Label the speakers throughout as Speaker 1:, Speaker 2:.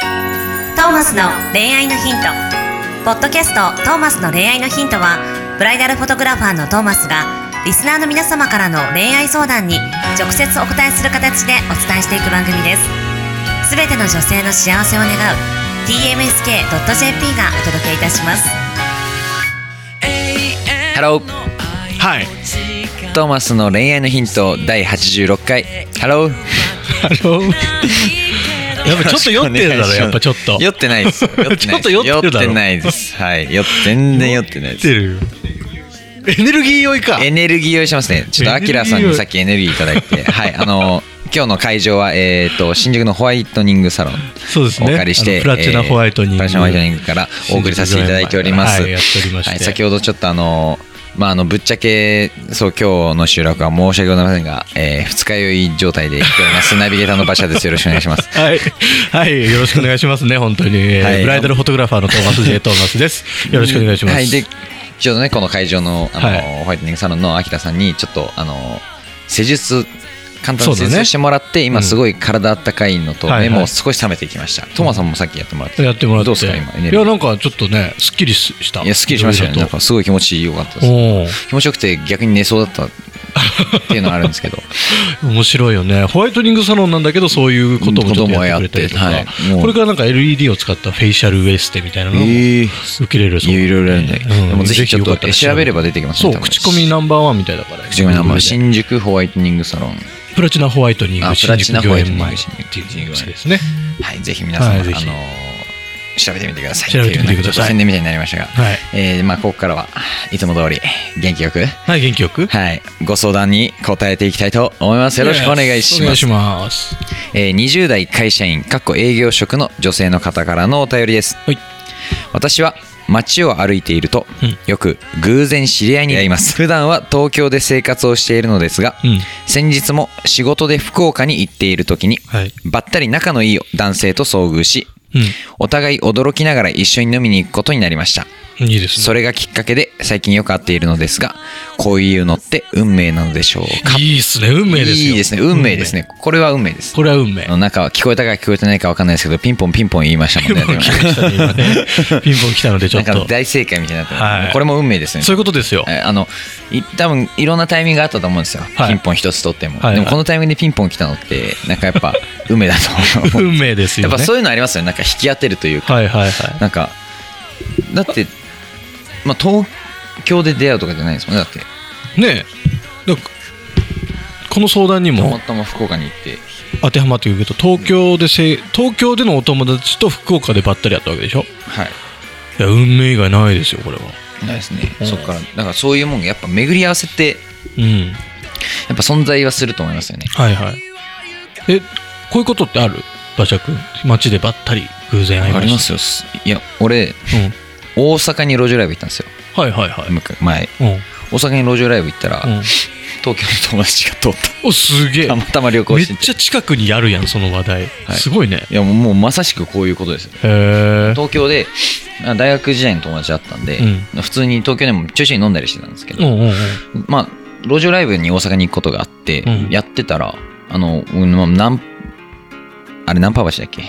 Speaker 1: トーマスの恋愛のヒント」ポッドキャスト「トーマスの恋愛のヒントは」ブライダルフォトグラファーのトーマスがリスナーの皆様からの恋愛相談に直接お答えする形でお伝えしていく番組ですすべての女性の幸せを願う tmsk.jp がお届けいたします
Speaker 2: Hello
Speaker 3: はい。
Speaker 2: トーマスの恋愛のヒント第86回 Hello
Speaker 3: ハロー。やっぱちょっと酔ってるだろ、やっぱちょっと。
Speaker 2: 酔ってないです 酔てないです
Speaker 3: ちょっと酔ってるだろ
Speaker 2: 酔ってないですはい酔っ全然酔ってない
Speaker 3: っ
Speaker 2: です
Speaker 3: てるよ。エネルギー酔いか。
Speaker 2: エネルギー用意しますねちょっとアキラさんにさっきエネルギーいただいてはいあの今日の会場はえっと新宿のホワイトニングサロン
Speaker 3: そうです
Speaker 2: お
Speaker 3: ね。
Speaker 2: 借りし
Speaker 3: あ
Speaker 2: て、
Speaker 3: のプラチナホワイトニング。
Speaker 2: えープラチナホワイトニングからお送りさせていただいております。
Speaker 3: はいやっておりまして
Speaker 2: はい先ほどちょっとあのまああのぶっちゃけそう今日の収録は申し訳ございませんが、えー、二日酔い状態で行ってお ります。ナビゲーターの馬車です。よろしくお願いします。
Speaker 3: はい、はい、よろしくお願いしますね、本当に、えー
Speaker 2: はい
Speaker 3: ブライダルフォトグラファーのトーマス J. トーマスです。よろしくお願いします。
Speaker 2: はいでちょうどねこの会場のあの、
Speaker 3: はい
Speaker 2: ホワイトニングサロンのアキラさんにちょっとあの施術簡単
Speaker 3: そう
Speaker 2: な
Speaker 3: だ
Speaker 2: 施
Speaker 3: ね
Speaker 2: 術をしてもらって、今すごい体あったかいのと、
Speaker 3: はいはい
Speaker 2: 目も少し冷めてきました、トマさんもさっきやってもらって
Speaker 3: やってもらって。
Speaker 2: どうですか今エネル
Speaker 3: い
Speaker 2: ギー
Speaker 3: や、なんかちょっとね、すっきりした。
Speaker 2: いやすっきりしましたよね
Speaker 3: いろ
Speaker 2: ないん
Speaker 3: ろと
Speaker 2: かすごい気持ちよかったです
Speaker 3: おお。
Speaker 2: 気持ちよくて逆に寝そうだったっていうのがあるんです けど
Speaker 3: 面白いよねホワイトニングサロンなんだけどそういうこともちょっとやってくれたりとか、
Speaker 2: こともやってはいもう
Speaker 3: これからなんか LED を使ったフェイシャルウエステみたいなのも受
Speaker 2: ええ
Speaker 3: けれるそう
Speaker 2: い
Speaker 3: な
Speaker 2: や
Speaker 3: ん
Speaker 2: いろいろあるんで、
Speaker 3: うん
Speaker 2: でもぜひちょっ
Speaker 3: よ
Speaker 2: と
Speaker 3: かたら
Speaker 2: 調べれば出てきます
Speaker 3: そ
Speaker 2: ね
Speaker 3: う
Speaker 2: 多分
Speaker 3: 口コミナンバーワンみたいだから
Speaker 2: 口コミナンバー
Speaker 3: 新
Speaker 2: 新宿ホワイトニングサロン
Speaker 3: プラチナホワイトニング
Speaker 2: あプラ
Speaker 3: 新
Speaker 2: チ
Speaker 3: 宿
Speaker 2: ナホ
Speaker 3: 御
Speaker 2: ワイト
Speaker 3: 苑
Speaker 2: ニング
Speaker 3: 前っていうお店ですね
Speaker 2: はいぜひ皆さん、
Speaker 3: はい
Speaker 2: あの
Speaker 3: ぜ
Speaker 2: ー
Speaker 3: ひ
Speaker 2: 調べてみてください
Speaker 3: 調べてみてください
Speaker 2: っいうねちょっと宣伝みたいになりましたが、
Speaker 3: はい、
Speaker 2: えーまあ、ここからはいつも通り元気よく、
Speaker 3: はい、元気よく
Speaker 2: はい、ご相談に答えていきたいと思いますよろしくお願いし
Speaker 3: お願
Speaker 2: ま
Speaker 3: い
Speaker 2: す
Speaker 3: します
Speaker 2: えー20代会社員かっこ営業職の女性の方からのお便りです、
Speaker 3: はい
Speaker 2: 私は街を歩いていると、
Speaker 3: うん
Speaker 2: よく偶然知り合いに会います普段は東京で生活をしているのですが、
Speaker 3: うん
Speaker 2: 先日も仕事で福岡に行っている時に、
Speaker 3: はい
Speaker 2: ばったり仲のいい男性と遭遇し
Speaker 3: う
Speaker 2: お互い驚きながら一緒に飲みに行くことになりました
Speaker 3: んいいですね
Speaker 2: それがきっかけで最近よく会っているのですがこういうのって運命なのでしょうか
Speaker 3: いいっすね運命ですよ
Speaker 2: いいですね運命ですねこれは運命です
Speaker 3: これは運命
Speaker 2: あの中は聞こえたか聞こえてないかわかんないですけどピンポンピンポン言いましたも ん
Speaker 3: ピン
Speaker 2: ね
Speaker 3: ポン来ましたね今 ねピンポン来たのでちょ
Speaker 2: なん
Speaker 3: っと
Speaker 2: か大正解みたいになってる、
Speaker 3: はい
Speaker 2: これも運命ですね
Speaker 3: そういうことですよ
Speaker 2: えあのい多分いろんなタイミングがあったと思うんですよ、
Speaker 3: はい
Speaker 2: ピンポン一つ取っても、
Speaker 3: はいはい
Speaker 2: でもこのタイミングでピンポン来たのってなんかやっぱ運命だ と思う
Speaker 3: 運命ですよ
Speaker 2: や
Speaker 3: ね
Speaker 2: っぱそういうのありますよねなんか引き当てるというか、
Speaker 3: はいはいはい
Speaker 2: なんかだって、まあ、東京で出会うとかじゃないですもんねだって
Speaker 3: ねえだからこの相談に
Speaker 2: た
Speaker 3: も
Speaker 2: またま福岡に行って
Speaker 3: 当てはまってくると東京でせい東京でのお友達と福岡でばったり会ったわけでしょ
Speaker 2: はい
Speaker 3: いや運命以外ないですよこれは
Speaker 2: ないですね、
Speaker 3: うん
Speaker 2: そっからなんかそういうもんがやっぱ巡り合わせって
Speaker 3: うん
Speaker 2: やっぱ存在はすると思いますよね
Speaker 3: はいはいえこういうことってある馬車君街でばったり偶然会い
Speaker 2: あ
Speaker 3: ま
Speaker 2: りま
Speaker 3: し
Speaker 2: すよいや俺
Speaker 3: たうん
Speaker 2: 大阪に路上ライブ行ったんですよ
Speaker 3: はいはいはい
Speaker 2: むか前
Speaker 3: うん
Speaker 2: 大阪に路上ライブ行ったら、
Speaker 3: うん
Speaker 2: 東京の友達が通っ
Speaker 3: おすげえ
Speaker 2: たたまたま旅行
Speaker 3: め
Speaker 2: し
Speaker 3: って
Speaker 2: て
Speaker 3: ちゃ近くにあるやんその話題
Speaker 2: はい
Speaker 3: すごいね
Speaker 2: いやもうもうまさしくこういうことですよ
Speaker 3: へえ
Speaker 2: 東京であ大学時代の友達だったんで、
Speaker 3: う
Speaker 2: 普通に東京でもちょいちょい飲んだりしてたんですけ
Speaker 3: うん
Speaker 2: ど、
Speaker 3: うんうん
Speaker 2: まあ路上ライブに大阪に行くことがあって、
Speaker 3: うん
Speaker 2: やってたらあのうんまあなんあれ何パー橋だっけ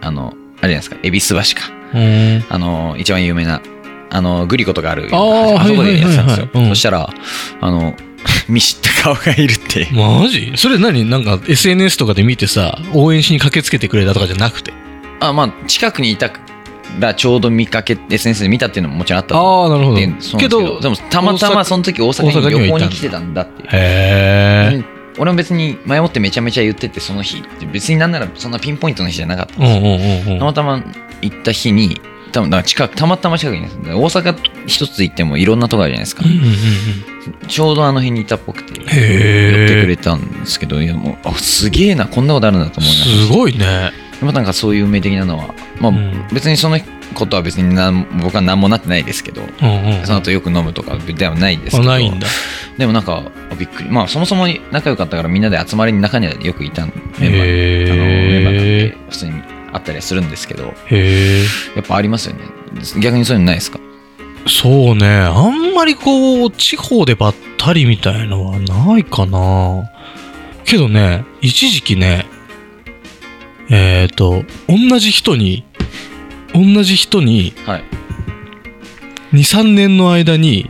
Speaker 2: あのあれじゃないですか恵比寿橋か
Speaker 3: うん
Speaker 2: あの一番有名なあのグリコとかある
Speaker 3: あー
Speaker 2: あそこでやってたんですよ、
Speaker 3: はいはいはいはいうん
Speaker 2: そしたらあの見知った顔がいるって
Speaker 3: マジそれ何なんか SNS とかで見てさ応援しに駆けつけてくれたとかじゃなくて
Speaker 2: あまあ近くにいたらちょうど見かけ SNS で見たっていうのももちろんあったと
Speaker 3: ああなるほど
Speaker 2: 思ってんそうなんですけどでもたまたまその時大阪に旅行に来てたんだっていう
Speaker 3: へえ
Speaker 2: 俺も別に前もってめちゃめちゃ言っててその日別になんならそんなピンポイントの日じゃなかった
Speaker 3: う
Speaker 2: ん
Speaker 3: ん
Speaker 2: です
Speaker 3: うんう
Speaker 2: よ、
Speaker 3: んうん
Speaker 2: たまたま行った日に多分だから近くたまたま近くにいたんですよ大阪一つ行ってもいろんなとこあるじゃないですか、
Speaker 3: うんうんうんうん
Speaker 2: ちょうどあの辺にいたっぽくて寄
Speaker 3: へえ
Speaker 2: ってくれたんですけどいやもうあすげえなこんなことあるんだと思いながら
Speaker 3: すごいね
Speaker 2: まあなんかそういう運命的なのは、まあ
Speaker 3: うん
Speaker 2: 別にそのことは別になん僕は何もなってないですけど、
Speaker 3: うんうん
Speaker 2: その後よく飲むとかではないですけ
Speaker 3: あ
Speaker 2: ど、
Speaker 3: ないんだ
Speaker 2: でもなんかあびっくり、まあそもそも仲良かったからみんなで集まりに中にはよくいたメンバー、あのメンバー
Speaker 3: へ
Speaker 2: なんで普通にあったりはするんですけど、
Speaker 3: えへえ
Speaker 2: やっぱありますよね。逆にそういうのないですか
Speaker 3: そうねあんまりこう地方でばったりみたいのはないかなけどね一時期ねえっ、と同じ人に同じ人に
Speaker 2: はい
Speaker 3: 23年の間に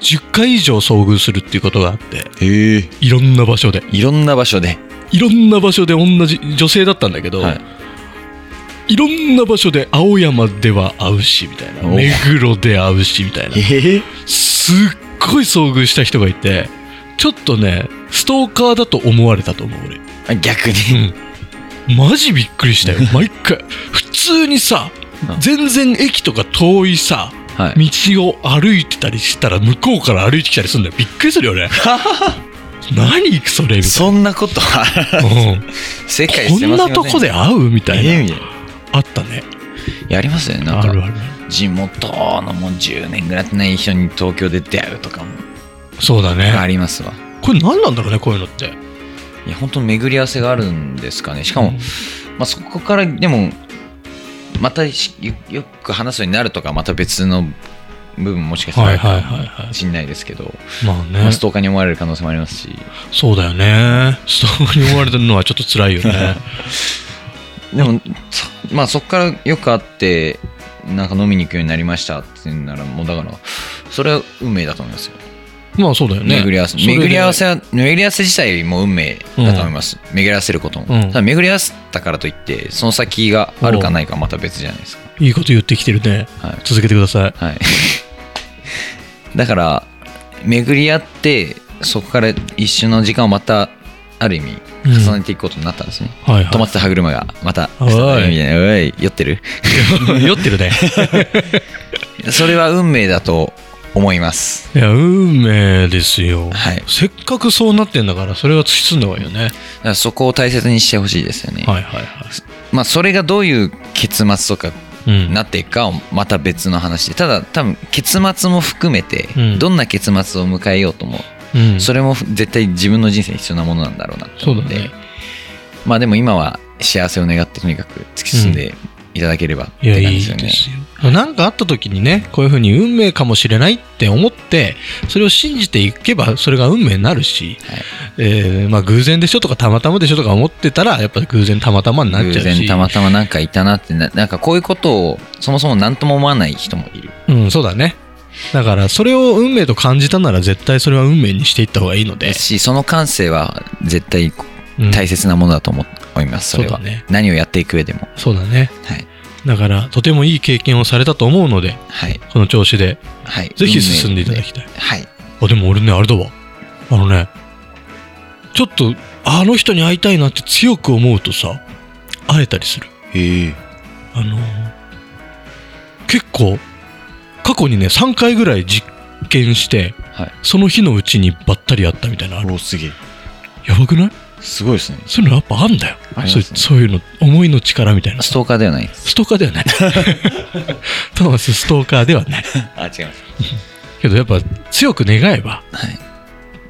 Speaker 3: 10回以上遭遇するっていうことがあって
Speaker 2: へえ
Speaker 3: いろんな場所で
Speaker 2: いろんな場所で、
Speaker 3: いろんな場所で同じ女性だったんだけど、
Speaker 2: はい
Speaker 3: い、ろんな場所で青山では会うしみたいな
Speaker 2: おう
Speaker 3: 目黒で会うしみたいな
Speaker 2: ええ
Speaker 3: すっごい遭遇した人がいてちょっとねストーカーだと思われたと思う俺
Speaker 2: あ逆に、
Speaker 3: マジびっくりしたよ 毎回普通にさ
Speaker 2: うん
Speaker 3: 全然駅とか遠いさ
Speaker 2: はい
Speaker 3: 道を歩いてたりしたら向こうから歩いてきたりするんだよびっくりするよね 何行くそれみた
Speaker 2: そんなことは
Speaker 3: いな、うん
Speaker 2: 世界
Speaker 3: こんなとこで会うみたいな、
Speaker 2: ええみたいな
Speaker 3: あったね
Speaker 2: やりますよねなん
Speaker 3: あるあ
Speaker 2: か
Speaker 3: る
Speaker 2: 地元のもう10年ぐらいってない人に東京で出会うとかも
Speaker 3: そうだね、
Speaker 2: ありますわ
Speaker 3: これ何なんだろうねこういうのって
Speaker 2: いや本当巡り合わせがあるんですかねしかも、まあ、そこからでもまたしよよく話すようになるとかまた別の部分もしかしたら
Speaker 3: はい
Speaker 2: あるか
Speaker 3: はいはいは
Speaker 2: もしれないですけど、
Speaker 3: いまあね、
Speaker 2: まあ、ストーカーに思われる可能性もありますし
Speaker 3: そうだよね。ストーブに思われてるのはちょっと辛いよね。
Speaker 2: でもそまあそこからよく会ってなんか飲みに行くようになりましたっていうならもうだからそれは運命だと思いますよ、
Speaker 3: まあそうだよね。
Speaker 2: 巡り合わせ
Speaker 3: それで
Speaker 2: 巡り合わせは巡り合わせ自体も運命だと思います、巡り合わせることも、
Speaker 3: うん
Speaker 2: ただ巡り合わせたからといってその先があるかないかはまた別じゃないですか、
Speaker 3: いいこと言ってきてるね。
Speaker 2: はい、
Speaker 3: 続けてください。
Speaker 2: はい、 だから巡り合ってそこから一瞬の時間をまたある意味
Speaker 3: うん
Speaker 2: 重ねていくことになったんですね、
Speaker 3: はい
Speaker 2: 止ま
Speaker 3: は
Speaker 2: ってた歯車がまた
Speaker 3: おい
Speaker 2: みたいなおい酔ってる
Speaker 3: い。酔ってる ね。
Speaker 2: それは運命だと思います
Speaker 3: いや、運命ですよ。
Speaker 2: はい
Speaker 3: せっかくそうなってんだから、それは突き進んだ方がいいよね。
Speaker 2: だからそこを大切にしてほしいですよね、
Speaker 3: はいはいはい。
Speaker 2: まあそれがどういう結末とか
Speaker 3: うん。
Speaker 2: なっていくかはまた別の話でただ多分結末も含めて
Speaker 3: うん
Speaker 2: どんな結末を迎えようとも、
Speaker 3: うん、
Speaker 2: それも絶対自分の人生に必要なものなんだろうなと
Speaker 3: そう
Speaker 2: 思
Speaker 3: だ
Speaker 2: って
Speaker 3: ね。
Speaker 2: まあでも今は幸せを願ってとにかく突き進んでいただければっ
Speaker 3: いや、
Speaker 2: て感
Speaker 3: い
Speaker 2: じ
Speaker 3: い
Speaker 2: ですよね。
Speaker 3: ですよ。なんかあった時にね、こういうふうに運命かもしれないって思って、それを信じていけば、それが運命になるし、
Speaker 2: はい
Speaker 3: えーまあ偶然でしょとかたまたまでしょとか思ってたらやっぱ偶然たまたまになっちゃ
Speaker 2: 偶
Speaker 3: うし
Speaker 2: 然たまたまなんかいたなってななんかこういうことをそもそも何とも思わない人もいる
Speaker 3: うんそうだねだからそれを運命と感じたなら絶対それは運命にしていった方がいいので
Speaker 2: です、しその感性は絶対
Speaker 3: うん
Speaker 2: 大切なものだと思思いますそれ
Speaker 3: そうだ
Speaker 2: は、
Speaker 3: ね
Speaker 2: 何をやっていく上でも
Speaker 3: そうだね
Speaker 2: はい
Speaker 3: だからとてもいい経験をされたと思うので
Speaker 2: はい
Speaker 3: この調子で
Speaker 2: はい
Speaker 3: ぜひ進んでいただ
Speaker 2: き
Speaker 3: きたい
Speaker 2: はい
Speaker 3: あでも俺ねあれだわあのねちょっとあの人に会いたいなって強く思うとさ会えたりする
Speaker 2: へえ
Speaker 3: あのー結構過去にね3回ぐらい実験して、
Speaker 2: はい
Speaker 3: その日のうちにばったり会ったみたいなのある
Speaker 2: おすげえ
Speaker 3: やばくない
Speaker 2: すごいですね
Speaker 3: そういうのやっぱあんだよ、
Speaker 2: あり
Speaker 3: そ
Speaker 2: ま
Speaker 3: う
Speaker 2: すね
Speaker 3: そういうの思いの力みたいな
Speaker 2: ス
Speaker 3: さ
Speaker 2: トーカーではないです
Speaker 3: ストーカーでは ないトーマスストーカーではない
Speaker 2: あ違います
Speaker 3: けどやっぱ強く願えば
Speaker 2: はい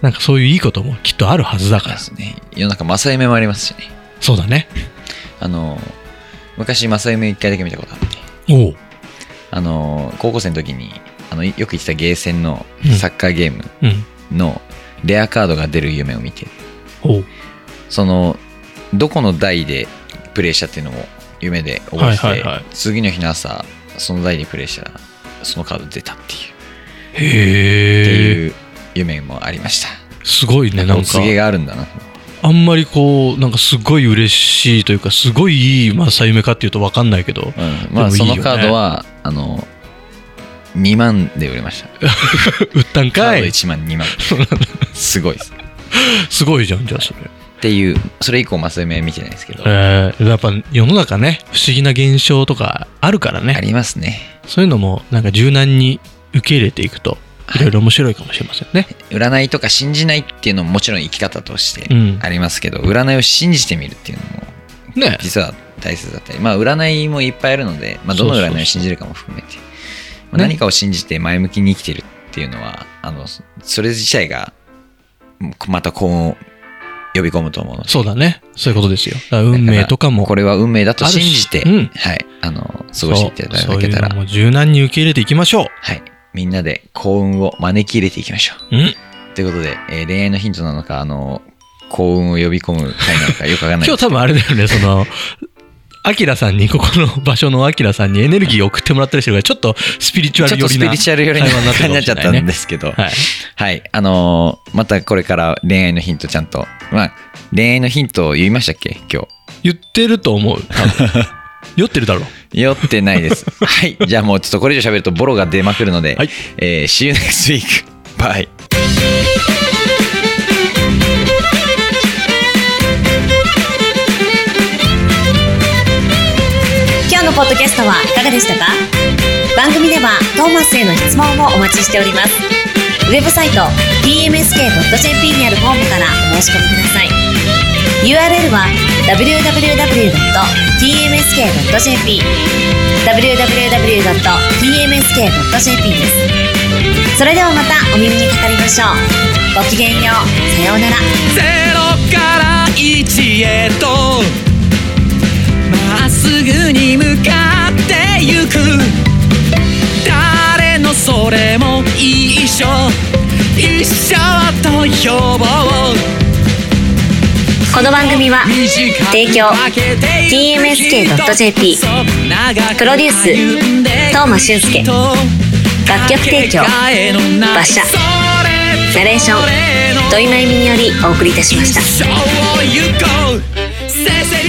Speaker 3: なんかそういういいこともきっとあるはずだ
Speaker 2: そう
Speaker 3: か
Speaker 2: で
Speaker 3: ら
Speaker 2: すね世の中正夢もありますしね
Speaker 3: そうだね
Speaker 2: あの昔正夢一回だけ見たことあって
Speaker 3: おう
Speaker 2: あの高校生の時にあのよく言ってたゲーセンの
Speaker 3: うん
Speaker 2: サッカーゲーム
Speaker 3: うん
Speaker 2: のレアカードが出る夢を見て
Speaker 3: おう
Speaker 2: そのどこの台でプレイしたっていうのを夢で覚えてて、
Speaker 3: はいはいはい
Speaker 2: 次の日の朝その台でプレイしたらそのカード出たっていう,、って
Speaker 3: へえ
Speaker 2: いう夢もありました
Speaker 3: すごいねなん
Speaker 2: お
Speaker 3: か
Speaker 2: 告げがあるんだな
Speaker 3: あんまりこうなんかすごい嬉しいというかすごいいい正夢かっていうと分かんないけど
Speaker 2: うんまあ
Speaker 3: で
Speaker 2: そ
Speaker 3: もいいよね
Speaker 2: のカードはあの2万で売れました
Speaker 3: 売ったん
Speaker 2: カ
Speaker 3: か
Speaker 2: ード
Speaker 3: い
Speaker 2: 1万2万 すごいです
Speaker 3: すごいじゃんじゃあそれ、
Speaker 2: っていうそれ以降正夢見てないですけど、
Speaker 3: えーやっぱ世の中ね不思議な現象とかあるから
Speaker 2: あ
Speaker 3: ね
Speaker 2: りますね
Speaker 3: そういうのもなんか柔軟に受け入れていくといろいろ面白いかもしれませんね、
Speaker 2: 占いとか信じないっていうのももちろん生き方として
Speaker 3: うん
Speaker 2: ありますけど、占いを信じてみるっていうのも
Speaker 3: ね
Speaker 2: 実は大切だったりまあ占いもいっぱいあるので、まあ、どの
Speaker 3: そうそうそう
Speaker 2: 占いを信じるかも含めてまあ
Speaker 3: ね
Speaker 2: 何かを信じて前向きに生きてるっていうのはあのそそれ自体がうんまた幸運を呼び込むと思うので
Speaker 3: そうだねそういうことですよだから運命とかも
Speaker 2: これは運命だと信じて、
Speaker 3: あるしうん
Speaker 2: はい、あの過ごしていただけた
Speaker 3: そうそういう
Speaker 2: ら
Speaker 3: のも柔軟に受け入れていきましょ
Speaker 2: はい、みんなで幸運を招き入れていきましょう。
Speaker 3: ううん
Speaker 2: ということで、えー恋愛のヒントなの か、あの、幸運を呼び込む回なのかよくわかんない
Speaker 3: 今日
Speaker 2: です。
Speaker 3: 多分あれだよねそのアキラさんに、ここの場所のアキラさんにエネルギーを送ってもらってる人が、ちょっとスピリチュア
Speaker 2: ちょ
Speaker 3: ル
Speaker 2: っと
Speaker 3: 寄り
Speaker 2: ス
Speaker 3: な。
Speaker 2: ピリチュアル寄りな
Speaker 3: 会話になって
Speaker 2: 感
Speaker 3: るかも
Speaker 2: じになっ
Speaker 3: し
Speaker 2: ち
Speaker 3: れ
Speaker 2: ゃっ
Speaker 3: ない
Speaker 2: た
Speaker 3: ね
Speaker 2: んですけど、
Speaker 3: はい。
Speaker 2: はい、あのーまたこれから恋愛のヒントちゃんと、まあ、恋愛のヒントを言いましたっけ今
Speaker 3: 言ってると思う。多 分酔ってるだろう。
Speaker 2: 日。酔ってな いです。はい、じゃあもうちょっとこれ以上喋るとボロが出まくるので、
Speaker 3: はい
Speaker 2: えー See you next week. Bye.
Speaker 1: 「今日のポッドキャストはいかがでしたか番組ではトーマスへの質問もお待ちしておりますウェブサイト tmsk.jp にあるフォームからお申し込みください URL は www.tmsk.jp www.tmsk.jp ですそれではまたお耳にかかりましょうごきげんようさようなら
Speaker 4: ゼロから一へとまっすぐに向かってゆく誰のそれも一緒一緒と呼ぼう
Speaker 1: この番組は提供 TMSK.jp プロデュース東間俊介楽曲提供馬車ナレーション土井真由美によりお送りいたしました
Speaker 4: 一生を行こうせせ